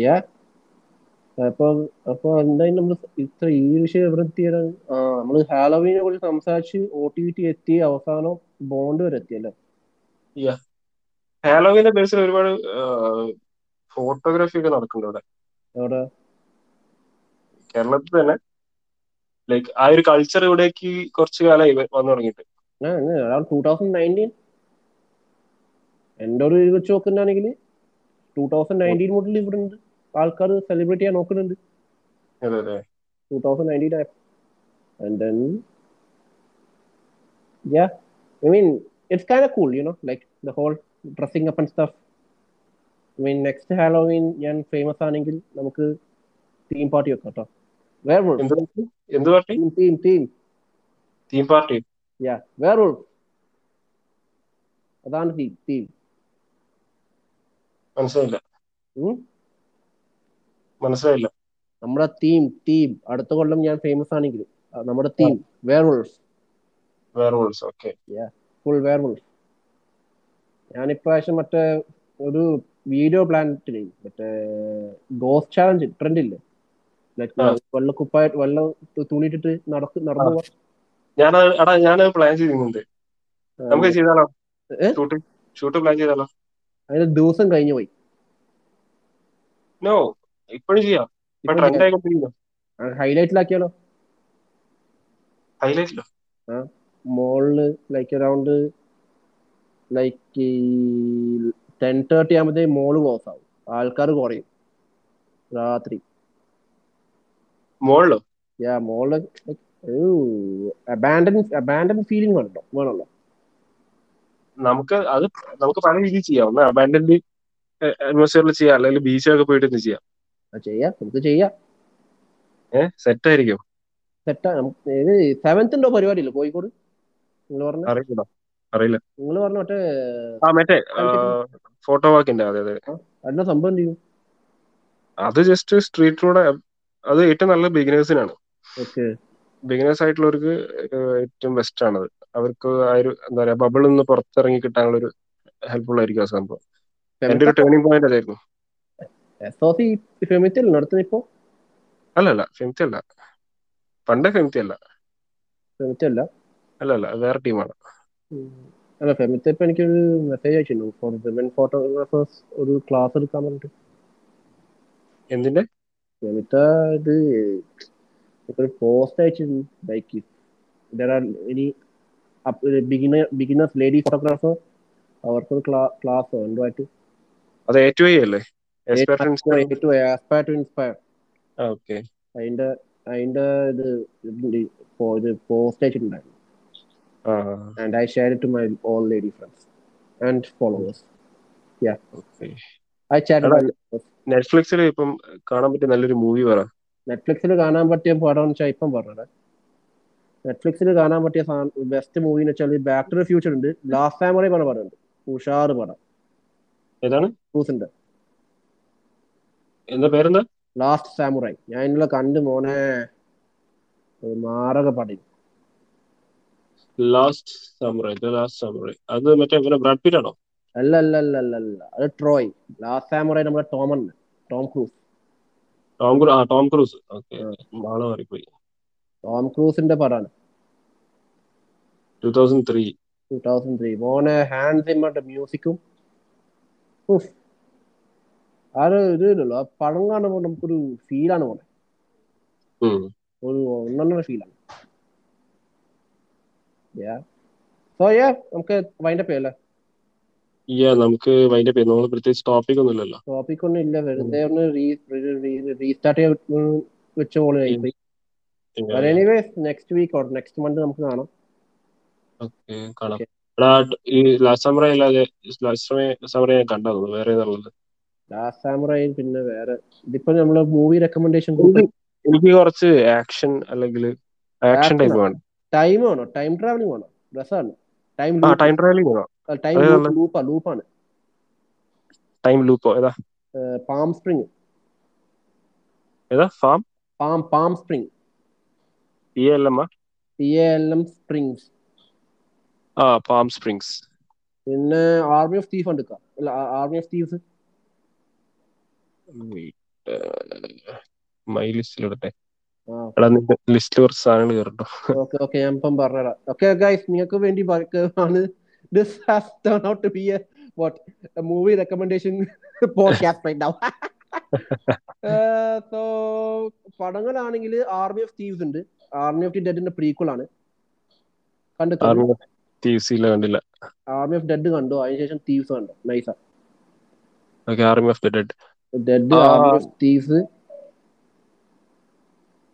S1: Yeah. അപ്പൊ അപ്പൊ എന്തായാലും നമ്മൾ ഇത്ര ഈ വിഷയം എവിടെ എത്തിയത് ആ നമ്മള് ഹാലോവീനെ കുറിച്ച് സംസാരിച്ച് ഒ ടി ടി എത്തി അവസാനം ബോണ്ട് വരെ എത്തിയല്ലേ
S2: ഹാലോവിന്റെ ബേസിൽ ഒരുപാട് ഫോട്ടോഗ്രാഫി ഒക്കെ നടക്കുന്നുണ്ട് ഇവിടെ
S1: അവിടെ
S2: കേരളത്തിൽ തന്നെ ലൈക്ക് ആ ഒരു കൾച്ചർ ഇവിടേക്ക് കുറച്ചു കാലമായി വ- വന്നു തുടങ്ങിയിട്ട്
S1: ടൂ തൗസൻഡ് നയൻറ്റീൻ എൻ്റെ ഒരു ഇത് വെച്ച് നോക്കുന്നുണ്ടെങ്കിൽ ടൂ തൗസൻഡ് നയൻറ്റീൻ മുതൽ ഇവിടെ ഉണ്ട് ആൾക്കാർ സെലിബ്രേറ്റ് ചെയ്യാൻ നോക്കുന്നുണ്ട്
S2: അതെ അതെ
S1: two thousand nineteen and then yeah I mean it's kind of cool you know like the whole dressing up and stuff mean next Halloween ഞാൻ ഫേമസ് ആണെങ്കിൽ നമുക്ക് തീം പാർട്ടി വെക്കാം കേട്ടോ വേർവുൾ
S2: എന്ത് എന്ത് party
S1: theme theme theme
S2: theme party
S1: yeah werewolf അതാണ് theme theme
S2: മനസ്സിലായില്ല
S1: ഉം?
S2: മനസ്സിലായില്ല
S1: നമ്മുടെ തീം തീം അടുത്ത കൊല്ലം ഞാൻ ഫേമസ് ആണെങ്കിൽ ആ, നമ്മുടെ തീം വേർവുൾ
S2: വേറെ റൂൾസ് ഓക്കെ
S1: ഫുൾ വേർവുൾ ഞാൻ ഇപ്രാവശ്യം മറ്റേ ഒരു വീഡിയോ പ്ലാനറ്റിൽ മറ്റേ ഗോസ് ചാലഞ്ച് ട്രെൻഡ് ഇല്ലേ
S2: ആ.
S1: വെള്ളക്കുപ്പായിട്ട് വെള്ളം തുണിയിട്ടിട്ട് നടക്ക് നടന്നു പോ-
S2: ഞാൻ എടാ ഞാൻ പ്ലാൻ ചെയ്യുന്നുണ്ട് നമുക്ക് ചെയ്താലോ
S1: ഏ?
S2: ഷൂട്ട് ഷൂട്ട് പ്ലാൻ ചെയ്താലോ
S1: അതിന് ദിവസം കഴിഞ്ഞു പോയി
S2: നോ ഇപ്പോഴും ചെയ്യാം ഇപ്പൊ ട്രെൻഡ് ആയിക്കൊണ്ടിരിക്കുന്നു
S1: ഹൈലൈറ്റിലാക്കിയാലോ
S2: ഹൈലൈറ്റില്ല
S1: മോളില് like around like ten thirty ആകുമ്പോഴത്തേക്ക് മോള് ക്ലോസ് ആവും ആൾക്കാർ കുറയും രാത്രി
S2: മോളിലോ
S1: യാ മോള് അബാൻഡൻ അബാൻഡൻ ഫീലിംഗ് വേണല്ലോ വേണല്ലോ
S2: നമുക്ക് അത് നമുക്ക് പല രീതിയിൽ ചെയ്യാം ഒന്ന് അബാൻഡന്റ് അറ്റ്മോസ്ഫിയറിൽ ചെയ്യാം അല്ലെങ്കിൽ ബീച്ചിലൊക്കെ പോയിട്ട് ഒന്ന് ചെയ്യാം
S1: അത് ചെയ്യാം നമുക്ക് ചെയ്യാം
S2: ഏഹ് സെറ്റ് ആയിരിക്കും
S1: സെറ്റാ ഇത് സെവൻത്തിൻ്റെ പരിപാടി ഇല്ല കോഴിക്കോട് നിങ്ങൾ പറഞ്ഞ
S2: അറിയില്ല അറിയില്ല
S1: നിങ്ങൾ പറഞ്ഞ മറ്റേ
S2: ആ മറ്റേ ഫോട്ടോ വാക്കിന്റെ അതെ അതെ
S1: അതിൻ്റെ സംഭവം എന്ത് ചെയ്യും
S2: അത് ജസ്റ്റ് സ്ട്രീറ്റിലൂടെ അത് ഏറ്റവും നല്ല ബിഗിനേഴ്സിനാണ്
S1: ഓക്കെ
S2: ബിഗിനേഴ്സ് ആയിട്ടുള്ളവർക്ക് ഏറ്റവും ബെസ്റ്റ് ആണത് അവർക്ക് ആ ഒരു എന്താ പറയാ ബബിളിൽ നിന്ന് പുറത്തിറങ്ങി കിട്ടാനുള്ള ഒരു ഹെൽപ്ഫുൾ ആയിരിക്കും ആ സംഭവം എന്റെ ഒരു ടേണിംഗ് പോയിന്റ് അതായിരുന്നു
S1: എസ് ഒ സി ഫെമിത്തിൽ നടത്തുന്ന ഇപ്പോൾ
S2: അല്ല അല്ല ഫെമിത്തി അല്ല പണ്ടേ ഫെമിത്തി അല്ല
S1: ഫെമിറ്റല്ല
S2: അല്ല അല്ല വേറെ ടീമാണ്
S1: അല്ല ഫെമിത്ത് ഇപ്പൊ എനിക്കൊരു മെസ്സേജ് അയച്ചിരുന്നു ഫോർ വിമൻ ഫോട്ടോഗ്രാഫേഴ്സ് ഒരു ക്ലാസ് എടുക്കാൻ പറഞ്ഞിട്ട്
S2: എന്തിന്റെ
S1: ഫെമിത്ത ഇത് ഒരു പോസ്റ്റ് അയച്ചിരുന്നു ലൈക്ക് ദർ ആർ ഇനി ബിഗിനർ ബിഗിനേഴ്സ് ലേഡി ഫോട്ടോഗ്രാഫർ അവർക്കൊരു ക്ലാസ് സ്വന്തമായിട്ട്
S2: അത് ഏറ്റവും അല്ലേ experience
S1: aspire to inspire
S2: okay
S1: അതിന്റെ അതിന്റെ ഇത് ഇതിന്റെ പോ- ഇത് പോസ്റ്റ് അയച്ചിട്ടുണ്ടായിരുന്നു
S2: ആ
S1: and I share to my all lady friends and followers
S2: okay
S1: I chat
S2: നെറ്റ്ഫ്ലിക്സിൽ ഇപ്പം കാണാൻ പറ്റിയ നല്ലൊരു മൂവി പറ
S1: നെറ്റ്ഫ്ലിക്സിൽ കാണാൻ പറ്റിയ പടം എന്ന് വെച്ചാൽ ഇപ്പം പറഞ്ഞത് നെറ്റ്ഫ്ലിക്സിൽ കാണാൻ പറ്റിയ ബെസ്റ്റ് മൂവി എന്ന് വെച്ചാൽ ബാക്ക് ടു ദ ഫ്യൂച്ചർ ഉണ്ട് ലാസ്റ്റ് ഫാമിലി പറഞ്ഞ പടം ഉണ്ട് ഉഷാറ് പടം
S2: ഏതാണ്
S1: ക്രൂസിന്റെ
S2: എന്താ പേരെന്താ
S1: ലാസ്റ്റ് സാമുറായി ഞാൻ ഇന്നലെ കണ്ട് മോനെ ഒരു മാരക പടം
S2: Last Samurai the Last Samurai അത് മറ്റേ ഇവനെ ബ്രാഡ് പീറ്റ് ആണോ
S1: അല്ല അല്ല അല്ല അല്ല അല്ല അത് ട്രോയ് ലാസ്റ്റ് സാമുറായി നമ്മുടെ ടോമൻ ടോം ക്രൂസ്
S2: ടോം ക്രൂ ആ ടോം ക്രൂസ് ഓക്കെ
S1: ആ.
S2: മാള മാറിപ്പോയി
S1: ടോം ക്രൂസിന്റെ പടമാണ്
S2: two thousand three
S1: two thousand three മോനെ ഹാൻഡ് സിമ്മറിന്റെ മ്യൂസിക്കും ഉഫ് അത് ഇതില്ലല്ലോ ആ പടം കാണുമ്പോൾ നമുക്കൊരു ഫീലാണ് മോനെ ഒരു ഒന്നെണ്ണ ഫീലാണ് സോ യാ നമുക്ക് വൈൻഡ് അപ്പ് ചെയ്യല്ലേ
S2: ഈ നമുക്ക് അതിന്റെ പേര് നമ്മൾ പ്രത്യേകിച്ച് ടോപ്പിക് ഒന്നും ഇല്ലല്ലോ
S1: ടോപ്പിക് ഒന്നും ഇല്ല വെറുതെ ഒന്ന് റീസ്റ്റാർട്ട് ചെയ്യാൻ വെച്ച പോലെ anyways next week or next month നമുക്ക് കാണാം
S2: ഓക്കെ കാണാം എടാ ഈ ലാസ്റ്റ് സമുറൈ അല്ലാതെ ലാസ്റ്റ് സമുറൈ ഞാൻ കണ്ടത് വേറെ ഏതാണുള്ളത്
S1: ലാസ്റ്റ് സാമറായി പിന്നെ വേറെ ഇതിപ്പോ നമ്മള് മൂവി റെക്കമെൻഡേഷൻ ഗ്രൂപ്പ്
S2: എനിക്ക് കുറച്ച് ആക്ഷൻ അല്ലെങ്കിൽ ആക്ഷൻ
S1: Action
S2: ടൈപ്പ് വേണം
S1: ടൈം വേണോ ടൈം ട്രാവലിംഗ് വേണോ രസമാണ് ടൈം
S2: ആ ടൈം ട്രാവലിംഗ് വേണം
S1: ടൈം
S2: അതെ, അതെ.
S1: ലൂപ്പാ ലൂപ്പാണ്
S2: ടൈം ലൂപ്പോ ഏതാ
S1: പാം സ്പ്രിങ്
S2: ഏതാ E farm
S1: palm palm spring
S2: P L M
S1: P A L M springs
S2: ആ പാം സ്പ്രിങ്സ്
S1: പിന്നെ ആർമി ഓഫ് തീഫ് എടുക്കാം അല്ല ആർമി ഓഫ് തീഫ്
S2: മൈ ലിസ്റ്റിൽ ഇടട്ടെ
S1: ആ
S2: എടാ നിന്റെ ലിസ്റ്റിൽ കുറച്ച് സാധനങ്ങൾ കയറട്ടോ
S1: ഓക്കെ ഓക്കെ ഞാൻ ഇപ്പം പറഞ്ഞുതരാം ഓക്കെ ഗൈസ് നിങ്ങൾക്ക് വേണ്ടി വർക്ക് ആണ് this has turn out to be a what movie recommendation podcast right now so പടങ്ങളാണെങ്കിൽ ആർമി ഓഫ് തീവ്സ് ഉണ്ട് ആർമി ഓഫ് ദി ഡെഡിന്റെ പ്രീക്വൽ ആണ് കണ്ടു
S2: തീവ്സിയില്ല കണ്ടില്ല
S1: ആർമി ഓഫ് ഡെഡ് കണ്ടു അതിനുശേഷം തീവ്സ് കണ്ടു നൈസ
S2: okay army of the dead
S1: dead
S2: ആ.
S1: Army of thieves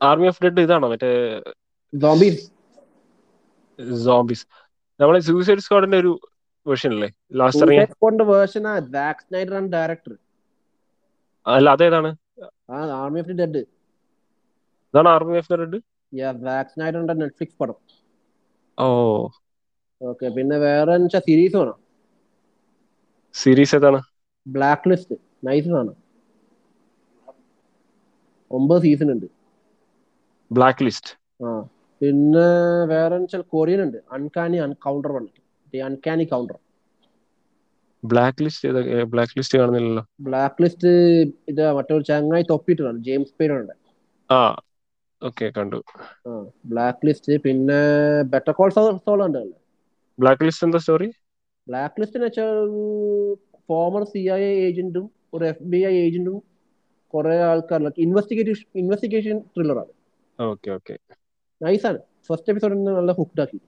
S2: army of dead ഇതാണോ മറ്റേ
S1: സോംബീസ്
S2: സോംബീസ് നമ്മളെ സൂസൈഡ് സ്ക്വാഡിന്റെ ഒരു വേർഷൻ അല്ലേ ലാസ്റ്റ് ഇറങ്ങിയ
S1: സൂസൈഡ് സ്ക്വാഡിന്റെ വേർഷൻ ആ സാക്ക് സ്നൈഡർ ആണ് ഡയറക്ടർ
S2: അല്ല അതേതാണ്
S1: ആ ആർമി ഓഫ് ദി ഡെഡ്
S2: ഇതാണ് army of the red
S1: vaccine ആയിട്ടുണ്ട് നെറ്റ്ഫ്ലിക്സ് പടം
S2: ഓ
S1: ഓക്കെ പിന്നെ വേറെ സീരീസ് വേണം
S2: സീരീസ് ഏതാണ്
S1: ബ്ലാക്ക് ലിസ്റ്റ് നൈസ് ആണ് ഒമ്പത് സീസൺ ഉണ്ട്
S2: ബ്ലാക്ക് ലിസ്റ്റ്
S1: ആ പിന്നെ വേറെ വെച്ചാൽ കൊറിയൻ ഉണ്ട് അൺകാനി കൗണ്ടർ വന്നിട്ട് uncanny counter
S2: black list black list കാണുന്നില്ലല്ലോ
S1: ബ്ലാക്ക് ലിസ്റ്റ് ഇത് മറ്റൊരു ചങ്ങായി തൊപ്പിയിട്ടാണ് ജെയിംസ് പേരുണ്ട്
S2: ആ ഓക്കെ കണ്ടു
S1: ആ ബ്ലാക്ക് ലിസ്റ്റ് പിന്നെ ബെറ്റർ കോൾ സോൾ ഉണ്ട്
S2: ബ്ലാക്ക് ലിസ്റ്റ് എന്താ സ്റ്റോറി
S1: ബ്ലാക്ക് ലിസ്റ്റ് എന്ന് വെച്ചാൽ ഫോമർ സി ഐ എ ഏജന്റും ഒരു എഫ് ബി ഐ ഏജന്റും കുറെ ആൾക്കാരിലൊക്കെ ഇൻവെസ്റ്റിഗേഷൻ ഇൻവെസ്റ്റിഗേഷൻ ത്രില്ലറാണ്
S2: ഓക്കെ ഓക്കെ
S1: നൈസാണ് ഫസ്റ്റ് എപ്പിസോഡിൽ നിന്ന് നല്ല ഹുക്ഡ് ആക്കി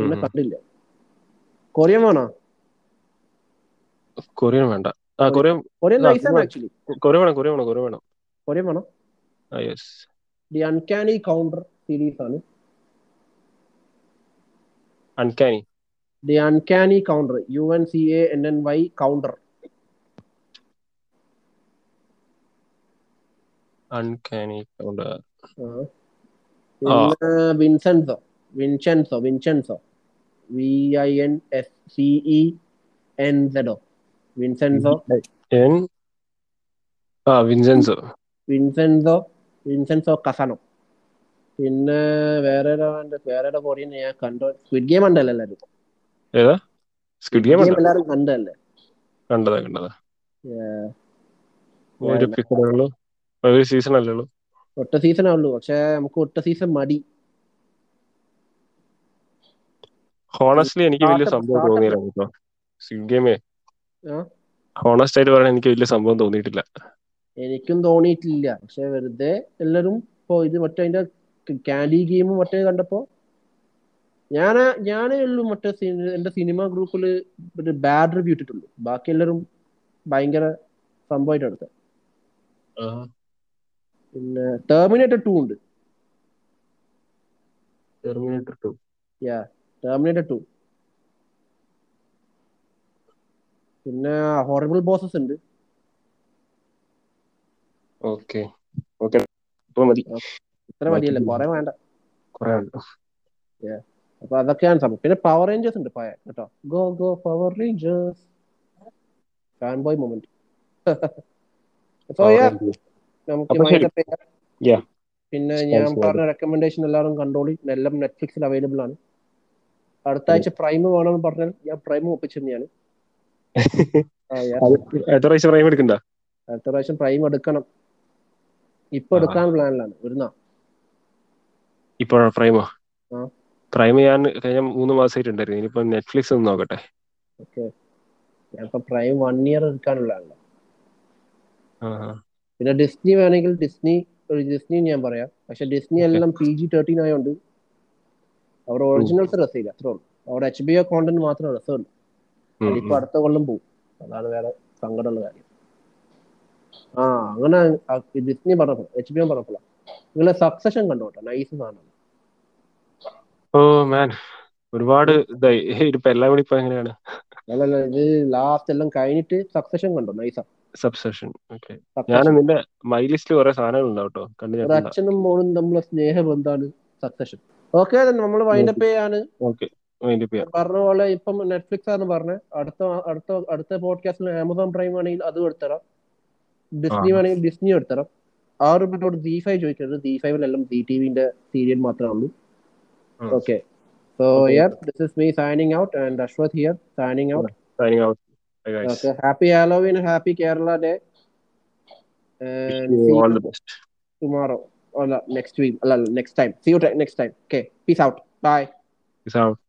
S1: പിന്നെ കണ്ടില്ല കൊറിയൻ വേണോ
S2: കൊറിയൻ വേണ്ട ആ കൊറിയൻ
S1: കൊറിയൻ
S2: ആ,
S1: നൈസാണ്
S2: പിന്നെ-
S1: ആക്ച്വലി
S2: കൊറിയ വേണം കൊറിയ വേണം കൊറിയ വേണം
S1: കൊറിയൻ വേണം
S2: ആ yes
S1: the uncanny counter series ആണ്
S2: uncanny
S1: the uncanny counter U N C A N N Y counter
S2: uncanny കൊണ്ട് ആ.
S1: പിന്നെ Vincenzo Vincenzo Vincenzo V I N S C E N സെഡോ Vincenzo
S2: N ആ Vincenzo
S1: Vincenzo Vincenzo കസണോ പിന്നെ വേറെ ഏതാ കണ്ടത്? വേറെ ഏതാ കൊറിയൻ ഞാൻ കണ്ടോ സ്ക്വിഡ് ഗെയിം ഉണ്ടല്ലോ എല്ലാവരും
S2: ഏതാ സ്ക്വിഡ് ഗെയിം
S1: ഗെയിം എല്ലാവരും കണ്ടല്ലേ
S2: കണ്ടതാ കണ്ടതാ ഒരു എപ്പിസോഡേ ഉള്ളൂ ഒരു സീസൺ അല്ലേ ഉള്ളൂ
S1: ഒറ്റ സീസൺ ആവുള്ളൂ പക്ഷെ നമുക്ക് ഒറ്റ സീസൺ മടി
S2: ഹോണസ്റ്റ്ലി എനിക്ക് വലിയ
S1: Startup,
S2: സംഭവം
S1: startup.
S2: തോന്നിയില്ല കേട്ടോ സ്ക്വിഡ് ഗെയിമേ
S1: ആ?
S2: ഹോണസ്റ്റ് ആയിട്ട് പറയാൻ എനിക്ക് വലിയ സംഭവം തോന്നിയിട്ടില്ല
S1: എനിക്കും തോന്നിയിട്ടില്ല പക്ഷെ വെറുതെ എല്ലാരും ഇപ്പോ ഇത് മറ്റേ അതിന്റെ ക്യാൻഡി ഗെയിമും മറ്റേ കണ്ടപ്പോ ഞാൻ ഞാനേ ഉള്ളൂ മറ്റേ സിനി- എന്റെ സിനിമ ഗ്രൂപ്പിൽ ഒരു ബാഡ് റിവ്യൂ ഇട്ടിട്ടുള്ളൂ ബാക്കി എല്ലാരും ഭയങ്കര സംഭവമായിട്ട് എടുത്തത് പിന്നെ ടെർമിനേറ്റർ ടു ഉണ്ട്
S2: ടെർമിനേറ്റർ ടു
S1: ടെർമിനേറ്റർ ടു പിന്നെ ഹോറബിൾ ബോസസ് ഉണ്ട്
S2: ഓക്കെ ഓക്കെ ഇപ്പൊ മതി
S1: ഇത്ര മതിയല്ലേ കുറെ വേണ്ട
S2: കുറെ ഉണ്ട്
S1: അപ്പൊ അതൊക്കെയാണ് സംഭവം പിന്നെ പവർ റേഞ്ചേഴ്സ് ഉണ്ട് പയ കേട്ടോ go go power Rangers fan boy moment നമുക്ക്
S2: അപ്പൊ ശരി.
S1: mind up ചെയ്യാം.
S2: Yeah.
S1: പിന്നെ
S2: Sounds
S1: ഞാൻ
S2: good.
S1: പറഞ്ഞ റെക്കമെൻഡേഷൻ എല്ലാവരും കണ്ടോളി എല്ലാം നെറ്റ്ഫ്ലിക്സിൽ അവൈലബിൾ ആണ് അടുത്ത ആഴ്ച പ്രൈം വേണമെന്ന് പറഞ്ഞാൽ ഞാൻ പ്രൈം ഒപ്പിച്ചിരുന്നു ഞാൻ
S2: അടുത്ത പ്രാവശ്യം പ്രൈം എടുക്കണ്ട
S1: അടുത്ത പ്രാവശ്യം പ്രൈം എടുക്കണം ഇപ്പൊ
S2: ആ.
S1: എടുക്കാൻ പ്ലാനിലാണ് ഒരു നാ
S2: ഇപ്പോഴാ പ്രൈമോ
S1: ആ.
S2: പ്രൈം ഞാൻ കഴിഞ്ഞ മൂന്ന് മാസമായിട്ട് ഉണ്ടായിരുന്നു ഇനിയിപ്പോ നെറ്റ്ഫ്ലിക്സ് ഒന്ന് നോക്കട്ടെ
S1: ഓക്കെ ഞാനിപ്പോ പ്രൈം വൺ ഇയർ എടുക്കാനുള്ളതാണ് പിന്നെ ഡിസ്നി വേണമെങ്കിൽ ഡിസ്നി ഒരു ഡിസ്നി ഞാൻ പറയാം പക്ഷെ ഡിസ്നി എല്ലാം പി ജി തേർട്ടീൻ ആയതുകൊണ്ട് അവർ ഒറിജിനൽസ് രസമില്ല അത്രേ ഉള്ളൂ അവിടെ എച്ച് ബി ഒ കോണ്ടന്റ് മാത്രമേ രസമുള്ളൂ അതിപ്പോ അടുത്ത കൊല്ലം പോകും അതാണ് വേറെ സങ്കടമുള്ള കാര്യം ആ അങ്ങനെ ആ- ഈ ഡിസ്നി പറഞ്ഞപ്പോ എച്ച് ബി ഒ പറഞ്ഞപ്പോളാ നിങ്ങളെ സക്സഷൻ കണ്ടോട്ടെ നൈസ് സാധനം
S2: ഓ മാൻ ഒരുപാട് ഇതായി ഇതിപ്പോ എല്ലാം കൂടി ഇപ്പൊ എങ്ങനെയാണ്
S1: അല്ലല്ല ഇത് ലാസ്റ്റ് എല്ലാം കഴിഞ്ഞിട്ട് സക്സഷൻ കണ്ടോ നൈസാ
S2: സബ്സെഷൻ ഓക്കെ ഞാൻ
S1: സക്സഷൻ
S2: നിന്റെ മൈ ലിസ്റ്റിൽ കുറെ സാധനങ്ങൾ ഉണ്ടാവും കേട്ടോ
S1: ഒരു
S2: കണ്ടു
S1: അച്ഛനും മോളും തമ്മിലുള്ള സ്നേഹബന്ധാണ് സക്സഷൻ ഓക്കെ നമ്മൾ വൈൻഡപ്പ് ചെയ്യാണ്
S2: ഓക്കെ മൈൻഡ് ചെയ്യാം
S1: പറഞ്ഞ പോലെ ഇപ്പം നെറ്റ്ഫ്ലിക്സ് ആണ് പറഞ്ഞത് അടുത്ത അടുത്ത അടുത്ത പോഡ്കാസ്റ്റിൽ ആമസോൺ പ്രൈം ആണെങ്കിൽ അതും എടുത്തരാം ഡിസ്നി
S2: ആ.
S1: വേണമെങ്കിൽ ഡിസ്നി എടുത്തരാം ആ ഒരു പിന്നോട് ജി ഫൈവ് ചോദിക്കരുത് ജി ഫൈവിലെല്ലാം ജി ടി വിന്റെ സീരിയൽ മാത്രമേ ഉള്ളൂ
S2: ഉം.
S1: Okay so
S2: Okay.
S1: Yeah this is me signing out and Ashwath here signing out
S2: signing out. Bye, guys.
S1: Okay happy Halloween happy Kerala day
S2: Wish you all the best.
S1: Tomorrow അല്ല next week അല്ല next time see you next time okay peace out bye
S2: Peace out.